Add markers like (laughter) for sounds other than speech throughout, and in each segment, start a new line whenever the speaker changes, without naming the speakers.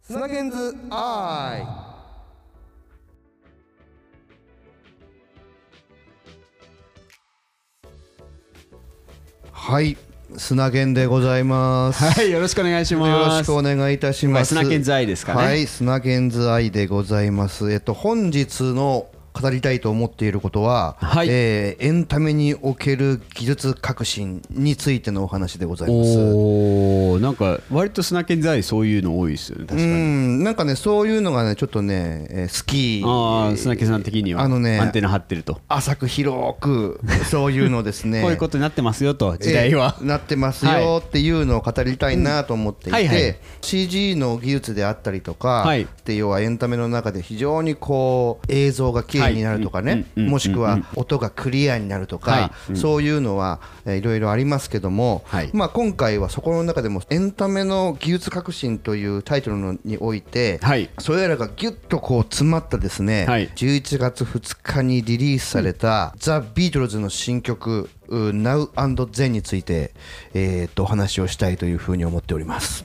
スナケンズアイはいスナケンでございます、
はい、よろしくお願いし
よろ
ま
し
す。
くお願いいたします
まあスナケンズアイですかね
はいスナケンズアイでございますえっと本日の語りたいと思っていることは、
はい
えーエンタメにおける技術革新についてのお話でございます
おお、なんか割とスナケンザイそういうの多いですよね。確か
う
に。
んなんかねそういうのがねちょっとね、えー好き
ああ、スナケンさん的には
あのね
アンテナ張ってると。こ
浅く広
(laughs)
くそういうのです
う
ね
いうことになってますよと時代は
え。ーなってますよっていうのを語りたいなと思ってい
はいは
て
い
CG の技術であったりとか
はい
って要はエンタメの中で非常にこう映像が綺麗になるとかね
うんうんうん
もしくは音がクリアになると
は
かそういうのはいろいろありますけども
はい
まあ今回はそこの中でもエンタメの技術革新というタイトルのにおいて
はい
それらがギュッとこう詰まったですね
はい
11月2日にリリースされた、ザ・ビートルズの新曲「う Now and Then」について、えーっとお話をしたいというふうに思っております。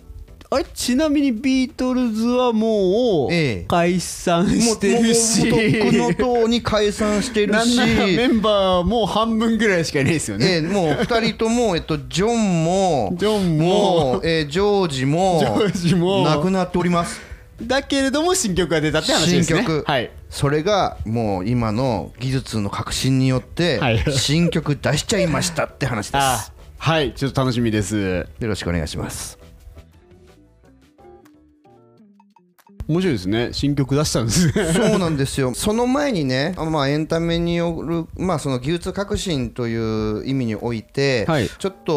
あれちなみにビートルズはも
ええ
う解散
もう
してるし。
もうもうとっくのとうに解散してる
なん
し
ならメンバーもう半分ぐらいしかいないですよね。
ええもう2人とも、えっと、ジョンも
ジョンも
うえージョージも
ジョージも
亡くなっております
だけれども新曲が出たって話です
新
ね。
曲、
はい。
それがもう今の技術の革新によって
はい
新曲出しちゃいましたって話で
あ
す
ーはい、ちょっと楽しみです。
よろしくお願いします
面白いですね。新曲出したんです (laughs) ね。
そうなんですよその前にね、あまあ、エンタメによる、まあ、その技術革新という意味において、
はい
ちょっと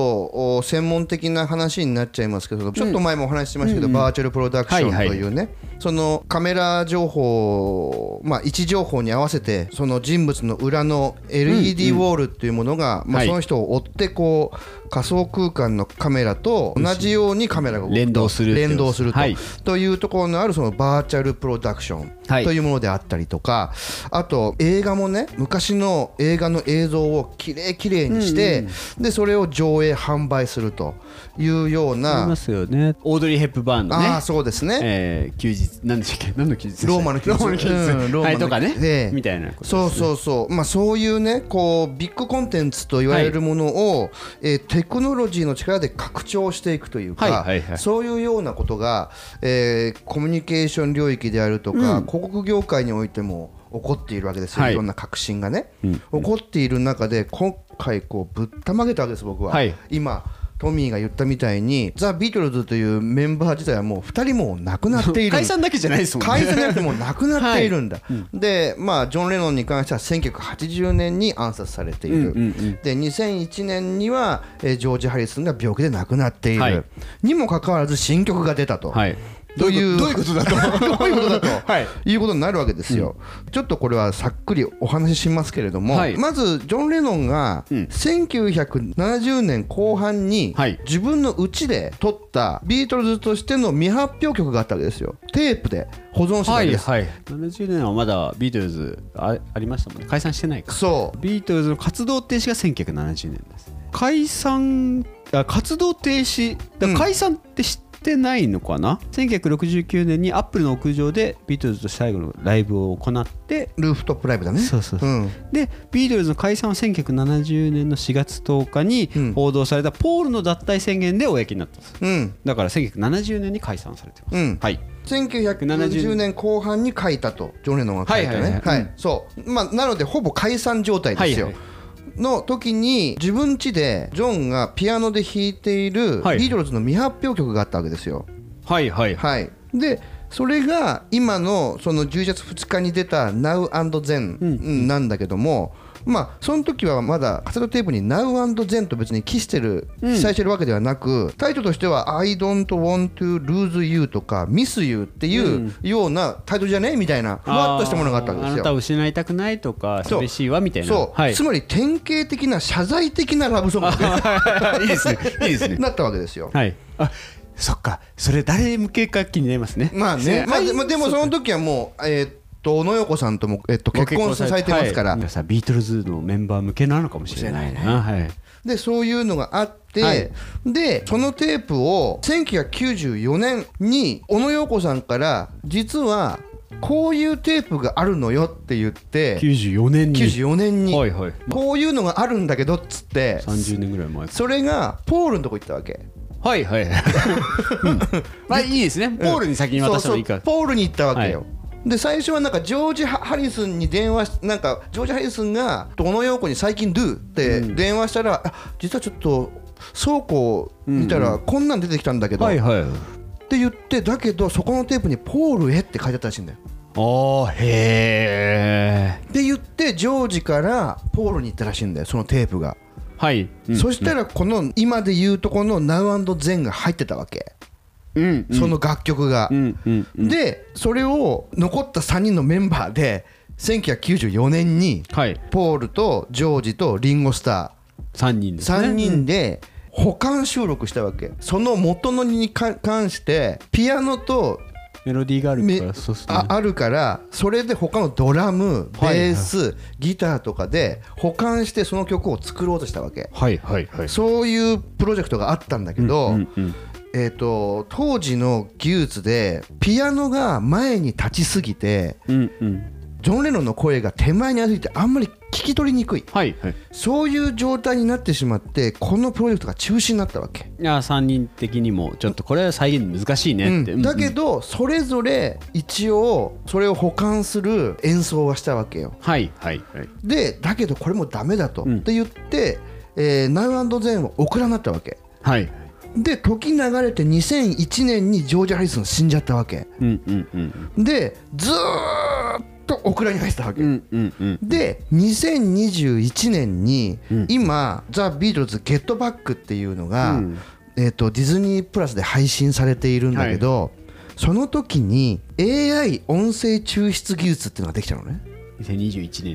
お専門的な話になっちゃいますけど、ちょっと前もお話ししましたけど、バーチャルプロダクション
はいはい
というね、そのカメラ情報、まあ、位置情報に合わせてその人物の裏の LED ウォールっていうものが、まあ、
はい
その人を追ってこう仮想空間のカメラと同じようにカメラが動くと
連動するってこと
連動すると、
はい
というところのあるそのバーチャルプロダクション
はい
というものであったりとか、あと映画もね昔の映画の映像をきれいきれいにして、でそれを上映販売するというよう
あり
な
ま、すよね。オードリー・ヘップバーンのね
ああ。そうですね、
えー休日何でしたっけ何の休日でした
ローマの休日
ローマの休日
うんローマの
はいとかね、
ええ
みたいなこと
そうそうそう、まあ、そういうねこうビッグコンテンツと言われるものを、えーテクノロジーの力で拡張していくというか、
はいはいはい
そういうようなことが、えーコミュニケーション領域であるとか、広告業界においても起こっているわけですよ、
はい
いろんな革新がね、起こっている中で今回こうぶったまげたわけです僕は、
はい
今トミーが言ったみたいにザ・ビートルズというメンバー自体はもう2人もう亡くなっている
解散だけじゃないですもんね
解散じゃなくてもう亡くなっているんだ、でまあジョン・レノンに関しては1980年に暗殺されている、で2001年には、えージョージ・ハリスンが病気で亡くなっている、
はい
にもかかわらず新曲が出たと、 (laughs)
はい
という
どういうことだとどういうことだと (laughs) はい
いうことになるわけですよ、ちょっとこれはさっくりお話ししますけれども、
はい
まずジョン・レノンが1970年後半に
はい
自分の家で撮ったビートルズとしての未発表曲があったわけですよテープで保存してたんです、
はい70年はまだビートルズあありましたもんね解散してないか
そう
ビートルズの活動停止が1970年ですね解散あ活動停止だから解散って知ってないのかな、1969年にアップルの屋上でビートルズと最後のライブを行って
ルーフトップライブだね
そうそうそう
うん、
でビートルズの解散は1970年の4月10日
うん
に報道されたポールの脱退宣言で公になったんです
うん
だから1970年に解散されてます、
うん
はい
1970年後半に書いたとジョン・レノンが書いたね
は
はいい
はいはいうん
そう、まあ、なのでほぼ解散状態ですよ、
はいは
の時に自分家でジョンがピアノで弾いているビ
はい
ートルズの未発表曲があったわけですよ
はいはい
はいでそれが今のその10月2日に出た「Now and Then
うん」
なんだけども、まあ、その時はまだカセットテープに「Now and Then」と別に記してる記載してるわけではなく、タイトルとしては「I don't want to lose you」とか「miss you」っていうようなタイトルじゃねえみたいなふわっとしたものがあったわけで
あ
す
なた
よ。
を失いたくないとか
そう
寂しいわみたいな
そう
はい
つまり典型的な謝罪的なラブソング (laughs) ね
(laughs) いいですね
(laughs)
いいですね
なったわけですよ。
はいあそっかそれ誰向けか気になりますね
まあね、まあ、
はい
でまあでもその時はもう、えーと小野洋子さんとも、えっと、結婚されてますから、
はいさビートルズのメンバー向けなのかもしれないなはい
でそういうのがあって、
はい
でそのテープを1994年に小野洋子さんから実はこういうテープがあるのよって言って
94年に
94年に、
はいはい
こういうのがあるんだけどっつって
30年ぐらい前
それがポールのとこ行ったわけ
はい (laughs) はいまあいいですねポールに先に渡した方がいいか
そうそうポールに行ったわけよ、で最初はなんかジョージ・ハハリスンに電話しなんかジョージ・ハリスンが小野洋子に最近「Do」って電話したら、あ実はちょっと倉庫見たらこんなん出てきたんだけど、
はいはい
って言ってだけどそこのテープに「ポールへ」って書いてあったらしいんだよ
ああへえ
で言ってジョージからポールに行ったらしいんだよそのテープが、
はいうん
そしたらこの今で言うとこの「Now&Zen」が入ってたわけ、
うん
その楽曲が、
うんうん
でそれを残った3人のメンバーで1994年に
はい
ポールとジョージとリンゴスタ
3人
ー
ですね
3人で保管収録したわけその元のにか関してピアノと
メロディーがある
め
からそうっすね
ああるからそれで他のドラム
はい
ベースギターとかで保管してその曲を作ろうとしたわけ
はいはいはい
そういうプロジェクトがあったんだけど、
うんうん
えー、と当時の技術でピアノが前に立ちすぎて
うんうん
ジョン・レノンの声が手前にありすぎてあんまり聞き取りにくい
はいはい
そういう状態になってしまってこのプロジェクトが中止になったわけ、
いや3人的にもちょっとこれは再現難しいねって
うんだけどそれぞれ一応それを保管する演奏はしたわけよ
はいはいはい
でだけどこれもダメだと、
うん
って言って、えー、Now and Zen を送らなったわけ
はい
で時流れて2001年にジョージ・ハリスン死んじゃったわけ
うんうんうん
でずーっとオクラに入ってたわけ、
うんうんうん
で2021年に、
うん
今「ザ・ビートルズ・ゲットバック」っていうのが、
うん
えー、とディズニープラスで配信されているんだけど、その時に AI 音声抽出技術っていうのができたのね
2021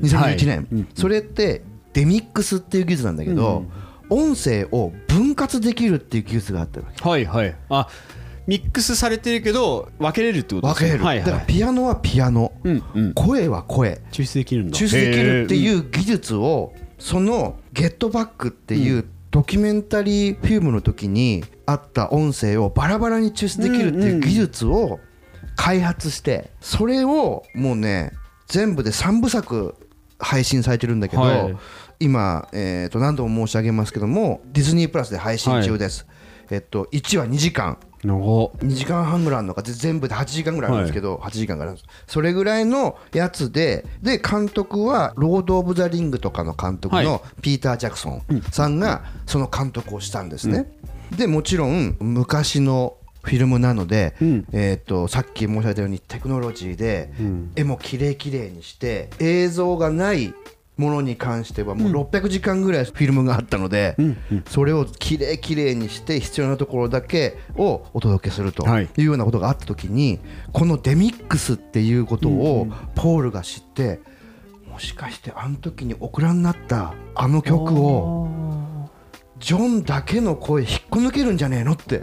2021
年
年、
はいうん
それってデミックスっていう技術なんだけど、音声を分割できるっていう技術があったわけ
はいはいあミックスされてるけど分けれるってことです
分
ね
ける、
はい
だ
は
から
い
ピアノはピアノ、
うんうん
声は声、
抽出できるんだ
抽出できるって
う
いう技術をその「ゲットバック」っていうドキュメンタリーフィルムの時にあった音声をバラバラに抽出できるっていう技術を開発してそれをもうね全部で3部作配信されてるんだけど、
はい
今、えー、と何度も申し上げますけどもディズニープラスで配信中です、えっと1話2時間
の
2時間半ぐらいあるのかぜ全部で8時間ぐらいあるんですけど、8時間ぐらいあるんですそれぐらいのやつでで監督は「ロード・オブ・ザ・リング」とかの監督
は
のピーター・ジャクソンさんがその監督をしたんですね、でもちろん昔のフィルムなので、
うん
えー、とさっき申し上げたようにテクノロジーで
ん
絵もきれいきれいにして映像がないものに関してはもう600時間ぐらいフィルムがあったので、それをきれいきれいにして必要なところだけをお届けすると
はい
いうようなことがあった時にこのデミックスっていうことをポールが知ってもしかしてあの時にオクラになったあの曲をジョンだけの声引っこ抜けるんじゃねえのって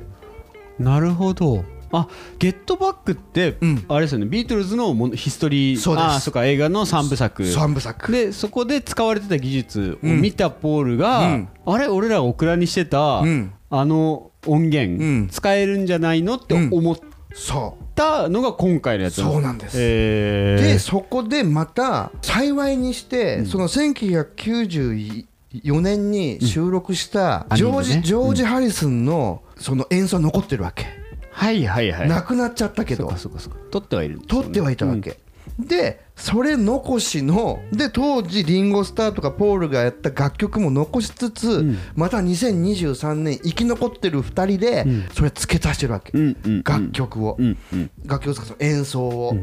なるほどあゲットバックって、
うん
あれですよねビートルズのものヒストリー
そうです
あそっか映画の3部作
3部作
でそこで使われてた技術を見たポールが、
うん
あれ俺らがオクラにしてた、
うん
あの音源、
うん
使えるんじゃないのって思っ
そう
たのが今回のやつ
そうなんです
えー
でそこでまた幸いにして、その1994年に収録した
うん
ジョー
アニメ
ジ,、
ね
ジョージ・ハリスンのその演奏は残ってるわけ、
はいはいはい
なくなっちゃったけ
そ
ど
うかそうかそうか撮ってはいるんですよ
取ってはいたわけ、でそれ残しので当時リンゴスターとかポールがやった楽曲も残しつつ、
ん
また2023年生き残ってる2人で
ん
それ付け足してるわけ、
うんうんうん
楽曲を、
うんうん
楽曲を使ったその演奏を、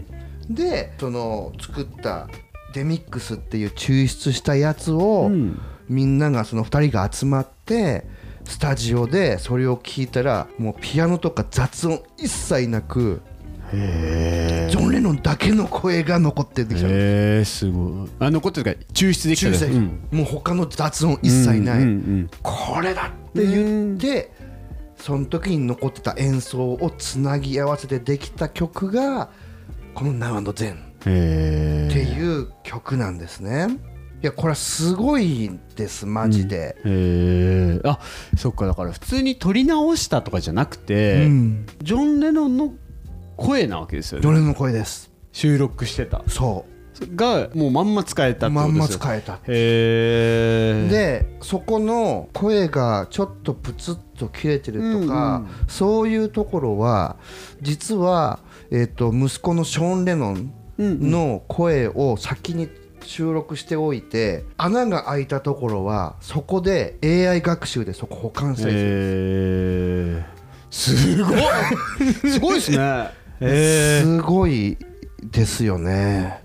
でその作ったデミックスっていう抽出したやつを、
うん
みんながその2人が集まってスタジオでそれを聞いたらもうピアノとか雑音一切なくジョン・レノンだけの声が残ってできたの
へえすごいあ残ってるから抽出できた
中世、
うん
もう他の雑音一切ない、
うんうん
これだって言ってその時に残ってた演奏をつなぎ合わせてできた曲がこの「Now and Then」
へえ
っていう曲なんですね。いやこれはすごいですマジで。
へえあそっかだから普通に撮り直したとかじゃなくて、
うん
ジョン・レノンの声なわけですよ
ど
ね
れの声です。
収録してた
そ
がもうまんま使えた
う
ってこ
ま
と
ん
で
ます
よ
使えた。
へえ
でそこの声がちょっとプツッと切れてるとか、そういうところは実は、えっと息子のショーン・レノンの声を先に収録しておいて、穴が開いたところはそこで AI 学習でそこ保管されてる、
へえすご
(laughs)
いすごいですねへ
すごいですよね。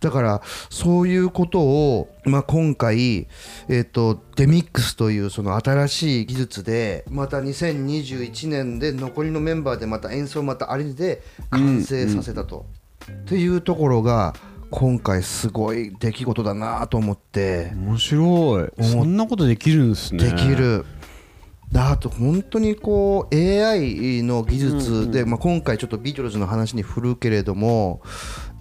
だからそういうことを、まあ、今回、えっとデミックスというその新しい技術でまた2021年で残りのメンバーでまた演奏またアレンジで完成させたと。っていうところが今回すごい出来事だなと思って
え。面白いそんなことできるんですね
できる。だと本当にこう AI の技術で、まあ、今回ちょっとビートルズの話に振るけれども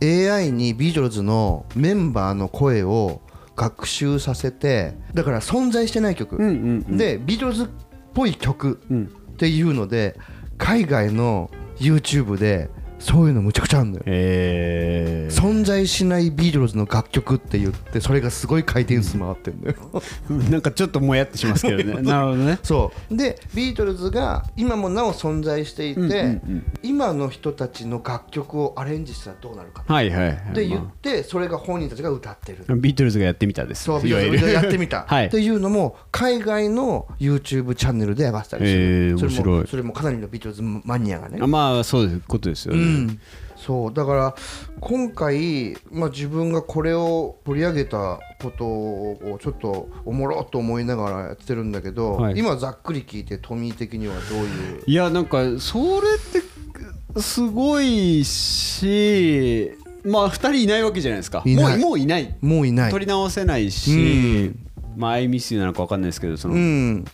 AI にビートルズのメンバーの声を学習させてだから存在してない曲、
うんうん
でビートルズっぽい曲
うん
っていうので海外の YouTube でそういうのむちゃくちゃあるんだよ。
へえ
存在しないビートルズの楽曲って言ってそれがすごい回転数回ってるんだよ。 (laughs)
なんかちょっともやってしますけどねなるほどね
そうでビートルズが今もなお存在していて、
うんうんうん
今の人たちの楽曲をアレンジしたらどうなるか
はいはいはい
って言っ
ま
てそれが本人たちが歌ってる。
あビートルズがやってみたです
そうビートルズがやってみた、
(laughs) はい
っていうのも海外の YouTube チャンネルで合わせたりする、
へー面
それ
白
も
い
それもかなりのビートルズマニアがね
あまあそういうことですよね、
うん、そうだから今回、まあ、自分がこれを取り上げたことをちょっとおもろっと思いながらやってるんだけど、
はい
今ざっくり聞いてトミー的にはどういう
いやなんかそれってすごいしまあ2人いないわけじゃないですか
いない
もうもういない
もういな
取り直せないし、まあ「アイミスユーなのか分かんないですけどその、
うん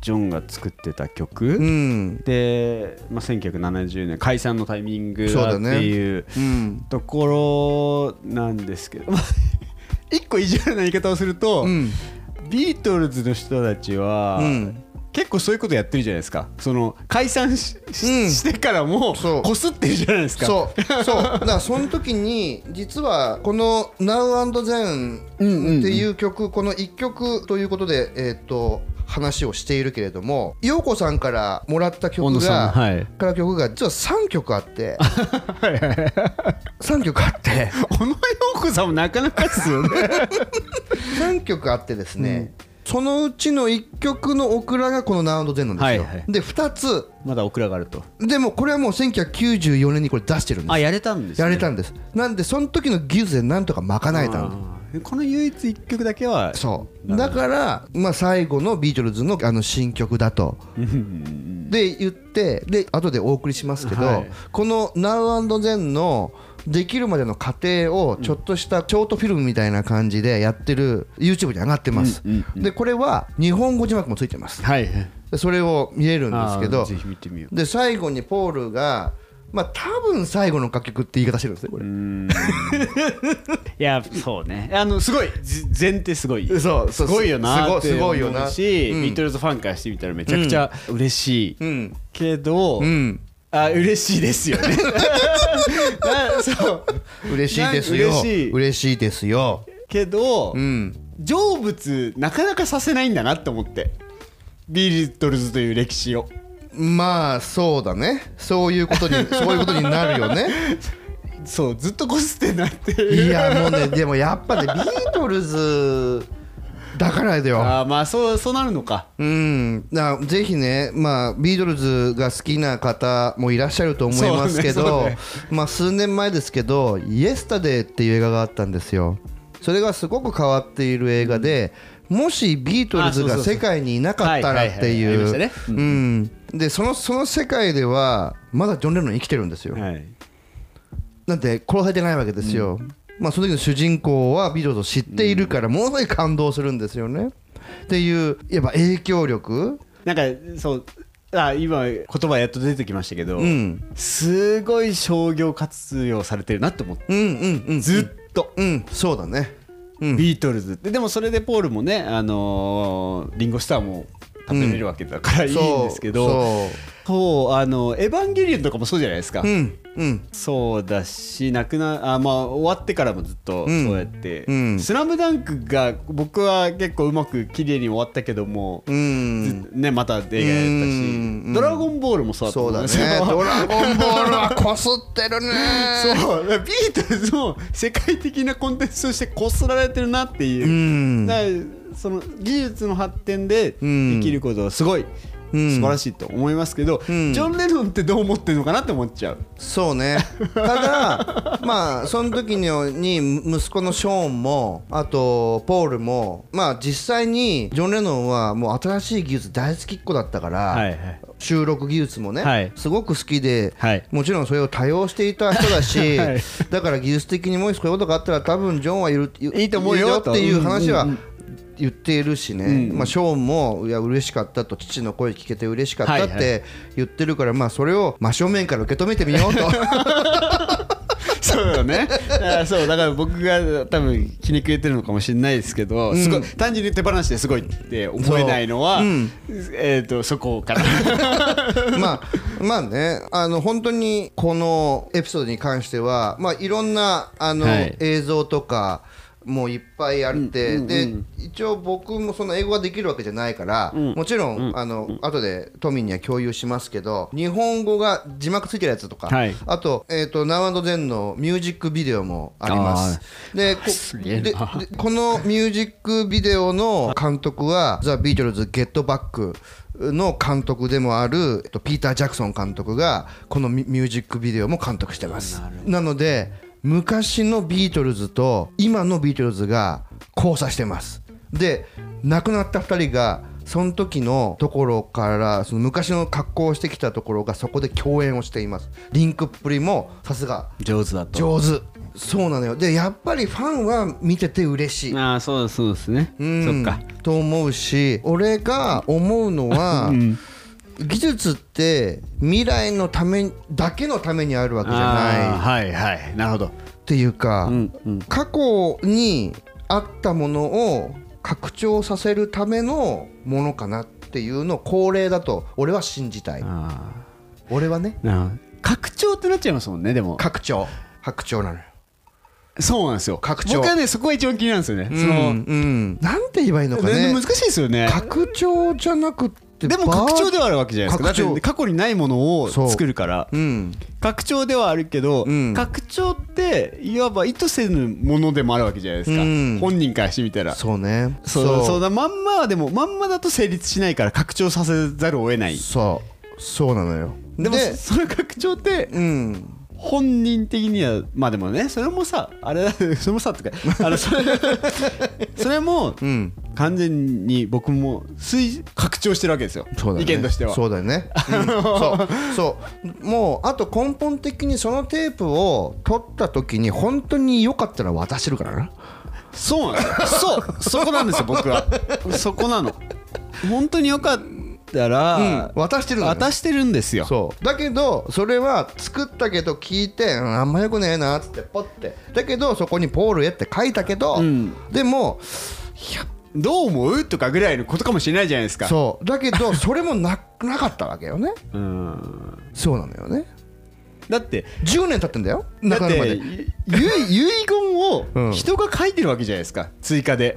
ジョンが作ってた曲、
うん
で、まあ、1970年解散のタイミング
そう
だ
だ
って
ね
いう
うん
ところなんですけど、まあ (laughs) 一個意地悪な言い方をすると、
うん
ビートルズの人たちは、
うん
結構そういうことやってるじゃないですかその解散し,し、
うん
してからも
そう
こすってるじゃないですか
そうそうだからその時に実はこの「Now&Then」っていう曲この1曲ということでえっと話をしているけれども陽子さんからもらった
小
曲
野さん
が
はい
から曲が実は3曲あ
(laughs)
って3曲あって
小野洋子さんもなかなかです
(laughs)
よね
3曲あってですねそのうちの1曲のオクラがこの「Now&Then」なんですよ
はいはい
で2つ
まだオクラがあると
でもこれはもう1994年にこれ出してるんです
あやれたんです、ね、
やれたんですなんでその時の技術でなんとか賄えたんで
あーこの唯一一曲だけは
すそうだから、まあ、最後のビートルズのあの新曲だとで言ってで後でお送りしますけど、
はい
この「Now&Then」のできるまでの過程をちょっとしたショートフィルムみたいな感じでやってる YouTube に上がってます、
うんうん
でこれは日本語字幕もついてます
はい
でそれを見れるんで
あ
す
ー
けど
ぜひ見てみよう
で最後にポールがまあ多分最後の楽曲って言い方してるんですねこれ
いやそうねあのすごいじ前提すごい
そう
す
そう
ごいよなって
すごいすごいよ
思
な
うし、
うん
ビートルズファンからしてみたらめちゃくちゃ嬉しい、
うん
けど、
うん
あ嬉しいですよね (laughs) なそう
嬉しいですよ
嬉しい
嬉しいですよ
けど、
うん
成仏なかなかさせないんだなって思ってビートルズという歴史を
まあそうだねそういうことに
(laughs)
そういうことになるよね
そうずっとこすってんなっていう
いやもうねでもやっぱねビートルズだからだよ
あーまあそうそうなるのか
うん、だからぜひね、まあ、ビートルズが好きな方もいらっしゃると思いますけ
そう
ど、
ね
まあ、数年前ですけど「イエスタデー」っていう映画があったんですよそれがすごく変わっている映画で、もしビートルズ
あ
が
そうそうそう
世界にいなかったらってい
はいはいはいありました
う
ね
うんでそのその世界ではまだジョン・レノン生きてるんですよ、
はい
なんて殺されてないわけですよ、まあその時の主人公はビートルズを知っているからものすごい感動するんですよねっていうやっぱ影響力
なんかそうあ今言葉やっと出てきましたけど、
うん
すごい商業活用されてるなって思って
うんうんうん
ずっと、
うんそうだねうん
ビートルズってでもそれでポールもね、あのーリンゴスターも食べれるわけだからいいん
そう
ですけど、
そ
そうあのエヴァンゲリオンとかもそうじゃないですか、
ううんうん
そうだし亡くなあ、まあ、終わってからもずっと
うん
そうやって「
うん
スラムダンクが僕は結構うまく綺麗に終わったけども、
うん
ずねまた映画やったし
うん
「ドラゴンボール」もそうだと
そ
思
うんだ
ですよ
ねドラゴンボールはこすってるね
そうビートルズも世界的なコンテンツとしてこすられてるなっていうう、
ん
だからその技術の発展で
うん
できることはすごい
うん
素晴らしいと思いますけど、
うん
ジョン・レノンってどう思ってるのかなって思っちゃう、
そうねただまあその時のに息子のショーンもあとポールもまあ実際にジョン・レノンはもう新しい技術大好きっ子だったから、
はい
収録技術もね、
はい
すごく好きで、
はい
もちろんそれを多用していた人だし、
(laughs) はい
だから技術的にもしこういうことがあったら多分ジョンはいる
いいと思うよ
っていう話は
うん
言っているしね、まあ、ショーンもいや嬉しかったと父の声聞けて嬉しかったっ
はいは
て言ってるから、まあ、それを真正面から受け止めてみようと
(laughs) そうだねだからそうだから僕が多分ひねくれてるのかもしれないですけど、すごい単純に手放しですごいって思えないのは
そう
そ,、
うん
えー、とそこから
(laughs) まあまあねあの本当にこのエピソードに関しては、まあ、いろんなあの、
はい
映像とかもういっぱいあって、で一応僕もその英語ができるわけじゃないから、もちろん、あの後でトミーには共有しますけど日本語が字幕ついてるやつとか、
はい
あと,、えー、と「Now&Then」のミュージックビデオもあります。でこ
すげえな
ででこのミュージックビデオの監督は「ザ・ビートルズ・ゲット・バック」の監督でもあるえっとピーター・ジャクソン監督がこのミミュージックビデオも監督してますなので昔のビートルズと今のビートルズが交差してますで亡くなった2人がその時のところからその昔の格好をしてきたところがそこで共演をしていますリンクっぷりもさすが
(laughs) 上手だ
上手そうなのよでやっぱりファンは見てて嬉しい
ああそうそうですね、
うんと思うし俺が思 (laughs) うのは、技術って未来のためだけのためにあるわけじゃない
あーはいはいなるほど
っていうか、
んうん
過去にあったものを拡張させるためのものかなっていうのを恒例だと俺は信じたい
あ
俺はね
あ拡張ってなっちゃいますもんねでも
拡張拡張なのよ
そうなんですよ
拡張
僕はねそこが一番気になるんですよね、そ
うん
の
うんなんて言えばいいのか
ね
ね
難しいですよね
拡張じゃなくって
でも
バー
拡張ではあるわけじゃないですか
拡張
だって過去にないものを
そう
作るから
うん
拡張ではあるけど、
うん
拡張っていわば意図せぬものでもあるわけじゃないですか、
うん
本人からしてみたら
そうね
そうそうだまんまはでもまんまだと成立しないから拡張させざるを得ない
そうそうなのよ
でも
で
その拡張って
うん
本人的にはまあでもねそれもさあれだ (laughs) それもさとかあの
(laughs)
それそれも
うん
完全に僕も推拡張してるわけですよ、
そうだね
意見としては
そうだよね、
(laughs)
うんそうそうもうあと根本的にそのテープを取った時に本当に良かったら渡してるからな
そうなんですよ
(laughs)
そうそこなんですよ僕はそこなの本当によかったら、
渡してるのよ
渡してるんですよ
そうだけどそれは作ったけど聞いてうんあんまよくねえなっつってポッてだけどそこに「ポールへ」って書いたけど、
うん
でも
どう思うとかぐらいのことかもしれないじゃないですか
そうだけどそれもななかったわけよね
うん
そうなのよね
だって
10年経ってんだよ亡く
だ
なる
っ
ま
て
で
いゆ遺言
うん
を人が書いてるわけじゃないですか追
(laughs)
加で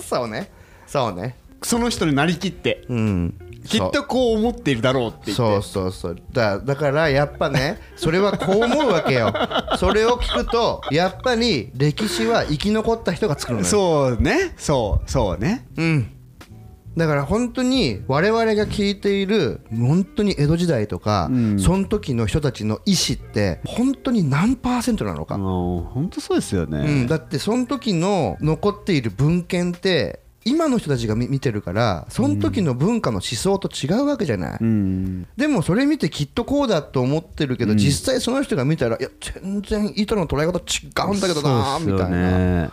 そうねそうね
その人になりきって
うん
きっとこう思っているだろうって言って
そうそうそうだだからやっぱねそれはこう思うわけよそれを聞くとやっぱり歴史は生き残った人が作るのよ
そうねそうそうね
うん、だから本当に我々が聞いている本当に江戸時代とか、
うん
その時の人たちの意思って本当に何パーセントなのか、
もう本当そうですよね、
うん、だってその時の残っている文献って今の人たちが見見てるからその時の文化の思想と違うわけじゃない、
うん
でもそれ見てきっとこうだと思ってるけど、実際その人が見たらいや全然糸の捉え方違うんだけどなーみたいな、
な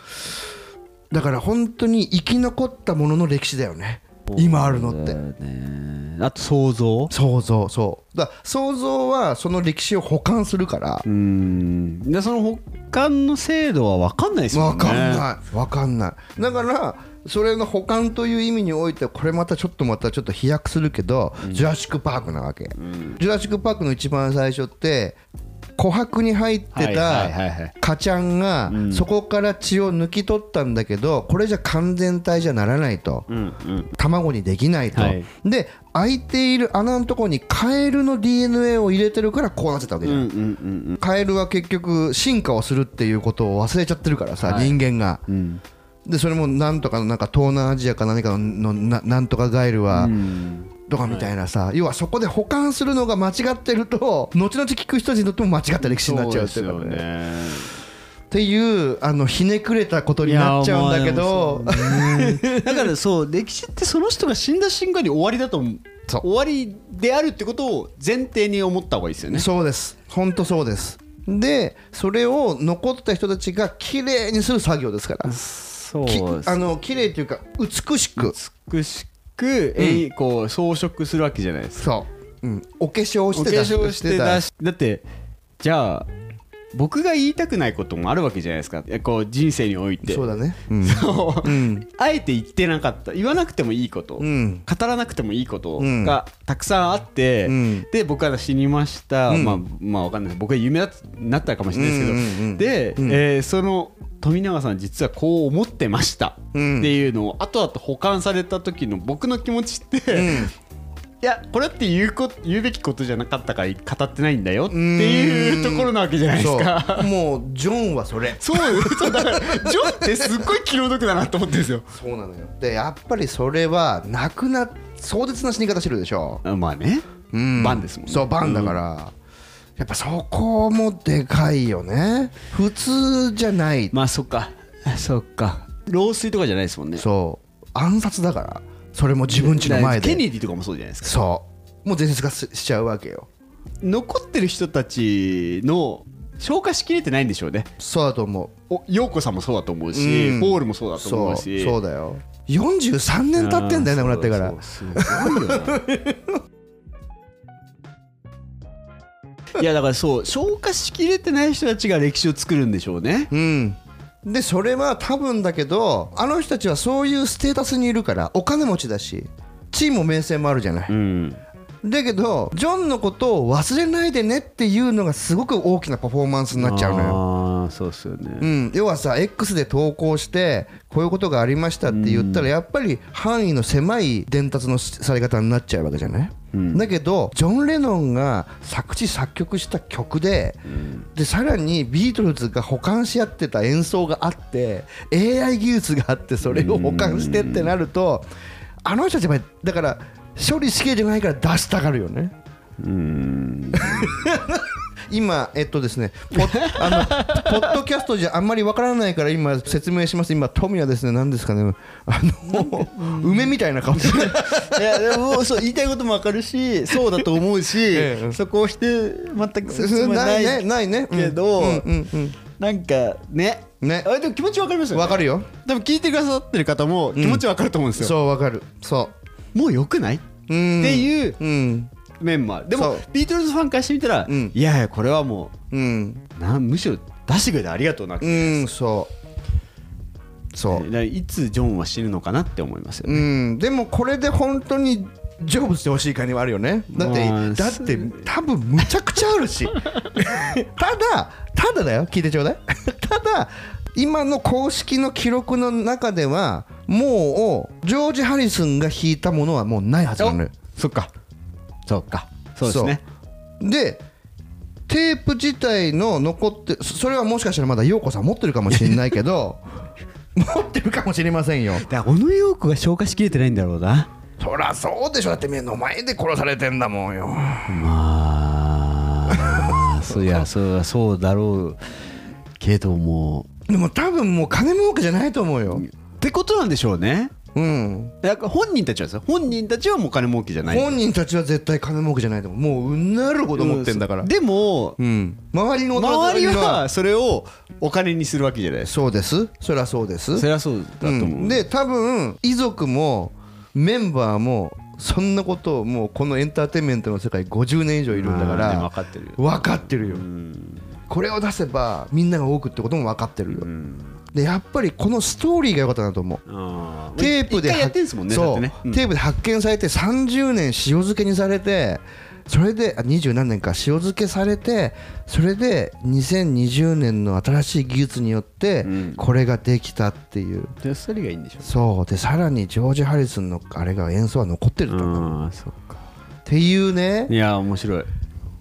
だから本当に生き残ったものの歴史だよね今あるのって
そうだよねあと想像
想像そうだから想像はその歴史を補完するから
うんでその保管の制度は分かんないですも
わ
んね
かんないわかんないだからそれの補完という意味においてはこれまたちょっとまたちょっと飛躍するけど、ジュラシック・パークなわけ、ジュラシック・パークの一番最初って琥珀に入って
はいはいはいは
た
い
カチャンがそこから血を抜き取ったんだけどこれじゃ完全体じゃならないと
うんうん
卵にできないと、
はい
で空いている穴のところにカエルの DNA を入れてるからこうなってたわけじゃん
うんうんうん
カエルは結局進化をするっていうことを忘れちゃってるからさ、人間が
うん
でそれもなんとかのなんか東南アジアか何かのななんとかガエルは、
うん
とかみたいなさ、要はそこで保管するのが間違ってると後々聞く人たちにとっても間違った歴史になっちゃうっていうか
そ
ね
ですよね
っていうあのひねくれたことになっちゃうんだけど
いやまあでもそうねだからそう歴史ってその人が死んだ瞬間に終わりだと思う
そう
終わりであるってことを前提に思った方がいいですよ
(laughs)
ね
そうです本当そうですでそれを残った人たちが綺麗にする作業ですから
そ
きあの綺麗というか美しく
美しく、えいこう装飾するわけじゃないですか
そう、うん、お化粧をし
お化
て出し
粧して
出
だしだってじゃあ僕が言いたくないこともあるわけじゃないですかいやこう人生において
そうだねうん
そう
うん
あえて言ってなかった言わなくてもいいこと、
うん
語らなくてもいいこと
うん
がたくさんあって、
うん
で僕は死にました、
うん
まあまあわかんないです僕は夢だになったかもしれないですけど、
うんうんうん
で、
うん
えーその富永さん実はこう思ってましたって
うん
いうのを後々保管された時の僕の気持ちって、
う
い
ん
やこれって言うこ言うべきことじゃなかったから語ってないんだよっていうところなわけじゃないですか。
そうもうジョンはそれ
そうそうだからジョンってすっごい気の毒だなと思ってるんですよ。
そうなのよでやっぱりそれはなくな壮絶な死に方してるでしょ、
あまあね、
うん、
バンですもんね
そうバンだから、やっぱそこもでかいよね普通じゃない、
まあそっ
(laughs)
かそっか老衰とかじゃないですもんね
そう暗殺だからそれも自分家の前
ケ
で
ネディとかもそうじゃないですか
そうもう伝説化ししちゃうわけよ
残ってる人たちの消化しきれてないんでしょうね
そうだと思う
お陽子さんもそうだと思うし、
うん
ポールもそうだと思うし
そうそうだよ43年経ってんだよ亡くなってから
あーそうそうすごいよ
(laughs)
ないやだからそう消化しきれてない人たちが歴史を作るんでしょうね
うんでそれは多分だけどあの人たちはそういうステータスにいるからお金持ちだし地位も名声もあるじゃない、
ん
だけどジョンのことを忘れないでねっていうのがすごく大きなパフォーマンスになっちゃうのよ、
ああそうっすよね
うん、要はさ X で投稿してこういうことがありましたって言ったらやっぱり範囲の狭い伝達のされ方になっちゃうわけじゃない、だけどジョン・レノンが作詞作曲した曲で,、でさらにビートルズが保管し合ってた演奏があって AI 技術があってそれを保管してってなると、あの人たちはやっぱりだから処理しきれてないから出したがるよね。今、えっとですね、ポッあのポッドキャストじゃあんまりわからないから今説明します。今、富はですね、何ですかね、あの、梅みたいな顔してる。
いやでもそう言いたいこともわかるしそうだと思う
(laughs)
し、
ええ
そこをして全く進まな
ないいね、ないね。うん
けど、
うんうんうん
なんかね
ね
あでも気持ちわかりますよね
わかるよ。
多分聞いてくださってる方も気持ちわかると思うんですよ、
そう、わかる。そ
もうよくない、
う。うん
っていう
うん。
面もあるでも
そう
ビートルズファンからしてみたら、
うん
いやいやこれはも
うん。
うなんむしろ出してくれてありがとうなって、
うん、そう。そう
だ。からいつジョンは死ぬのかなって思いますよ
う
ね、
ん、でもこれで本当にジョブしてほしい感じはあるよねだって、
まあ
だって多分むちゃくちゃある
(laughs)
しただただだよ聞いてちょうだいただ今の公式の記録の中ではもうジョージ・ハリスンが弾いたものはもうないはずなのよ
そっかそっかそうですね
そうでテープ自体の残ってそそれはもしかしたらまだ陽子さん持ってるかもしれないけ
(laughs)
ど持ってるかもしれませんよ
だから小野陽子が消化しきれてないんだろうな
そりゃそうでしょだって目の前で殺されてんだもんよ
まあそうい (laughs) やそうそうだろうけども
でも多分もう金儲けじゃないと思うよ。
ってことなんでしょうね
うん。
だから本人たちはさ本人たちはもう金儲けじゃない
本人たちは絶対金儲けじゃないと思う。もううなるほど思ってんだから。
でも
うん。周りの大人
周り
たち
はそれをお金にするわけじゃないです
そうです。そりゃそうです。
そりゃそうだと思う、
うんで多分遺族もメンバーもそんなことをもうこのエンターテインメントの世界50年以上いるんだか
うんでも
ら
分かってるよ
分かってるよ
うん
これを出せばみんなが多くってことも分かってるよ
うん
でやっぱりこのストーリーが良かったなと思う
あ
テープで
一回やってんですもんねだ
そう
ってねうん
テープで発見されて30年塩漬けにされてそれであ二十何年か塩漬けされてそれで2020年の新しい技術によって
うん
これができたっていう
でそれがいいんでしょ
そうでさらにジョージ・ハリスンのあれが演奏は残ってると
ああそっか
っていうね
いや面白い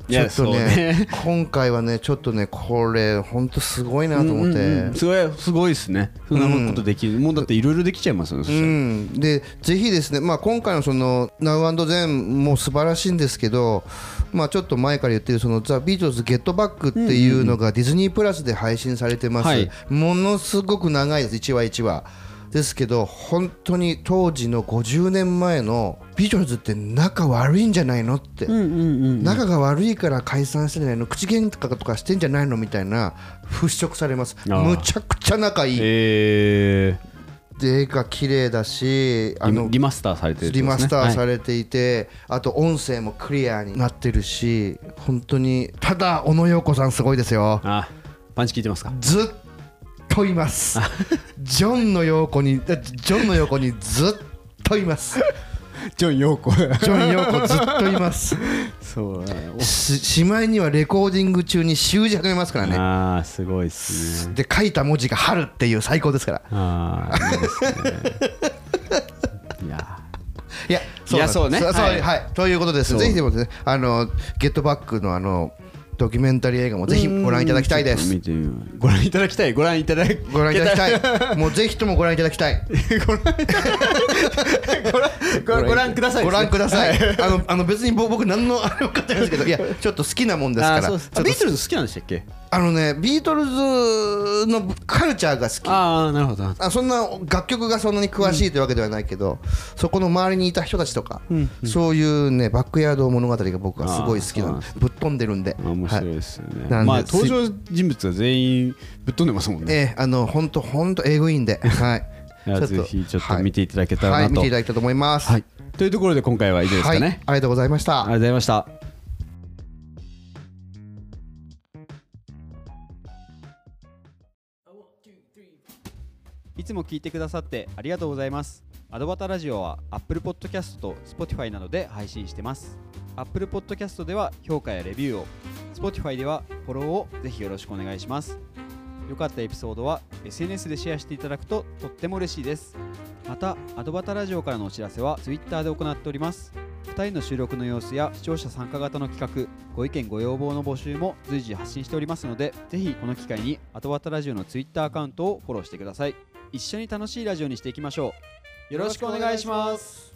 い
ちょ
や
っと
そう
ね今回はねちょっとねこれ本当すごいなと思って。
うんうんうんすごいすごいですねそんなことできる、もうだっていろいろできちゃいますよねそし
う
たら
ん、でぜひですね、まあ、今回のその「Now&Then」も素晴らしいんですけど、まあ、ちょっと前から言ってるその「ザ・ビートルズ・ゲットバック」っていうのがディズニープラスで配信されてます、
はい
ものすごく長いです1話1話ですけど本当に当時の50年前のビートルズって仲悪いんじゃないのって、
うんうんうん
仲が悪いから解散してんじゃないの口喧嘩とかしてんじゃないのみたいな払拭されます
あー
むちゃくちゃ仲いい
え
で絵が綺麗だし
ー、
あの
リマスターされてるって
リ
こと
マ
ですね
スター
は
されていて、あと音声もクリアになってるし本当にただ小野洋子さんすごいですよ
いあパンチ聞いてますか
ずっといますジョンの洋子にあジョンの洋子にずっといます
ジョン陽子
ジョン洋子ずっといます (laughs)
そうだね
ししまいにはレコーディング中に習字始めますからね
ああすごいっすね
で書いた文字が「春」っていう最高ですから
ああいいです
(laughs)
ねいや
いや、そうなんです
いやそうね
そうそう
は
はいい、ということです。
う
ぜひでもね、あのゲットバックのあのドキュメンタリー映画もぜひご覧いただきたいで
ちょっと
す。
見てみようご覧いただきたいご覧いただき
ご覧いただきたい。もうぜひともご覧いただきたい。
ご (laughs) 覧ご覧ください
ご
ですね
覧ください。あのあの別に僕僕何のあれも買ってないんですけ
(laughs)
ど、いやちょっと好きなもんですか
あ
ら。
ーそうですあビー
ちょっ
トルズ好きなんでしたっけ
とあのねビートルズのカルチャーが好き。
ああなるほど
あそんな楽曲がそんなに詳しいというわけではないけど、そこの周りにいた人たちとか、そういうねバックヤード物語が僕はすごい好きなんで
あ
ぶっ飛んでるんで
あ面
は
白いですよね、
なんで
まあ登場人物が全員ぶっ飛んでますもんね、
ええあの本当本当英語いい
(laughs)
んで、はい。
いやぜひちょっと見ていただけたら
はい
な
はい、見
と、
ていただきたいと思います。
はいというところで今回は以上です
は
か
い、
ね、
ありがとうございました
ありが。とうございましたいつも聞いてくださってありがとうございます。アドバタラジオは Apple Podcast と Spotify などで配信してます。Apple Podcast では評価やレビューを、Spotify ではフォローをぜひよろしくお願いします。良かったエピソードは SNS でシェアしていただくととっても嬉しいです。また、アドバタラジオからのお知らせは Twitter で行っております。2人の収録の様子や視聴者参加型の企画、ご意見ご要望の募集も随時発信しておりますので、ぜひこの機会にアドバタラジオの Twitter アカウントをフォローしてください。一緒に楽しいラジオにしていきましょうよろしくお願いします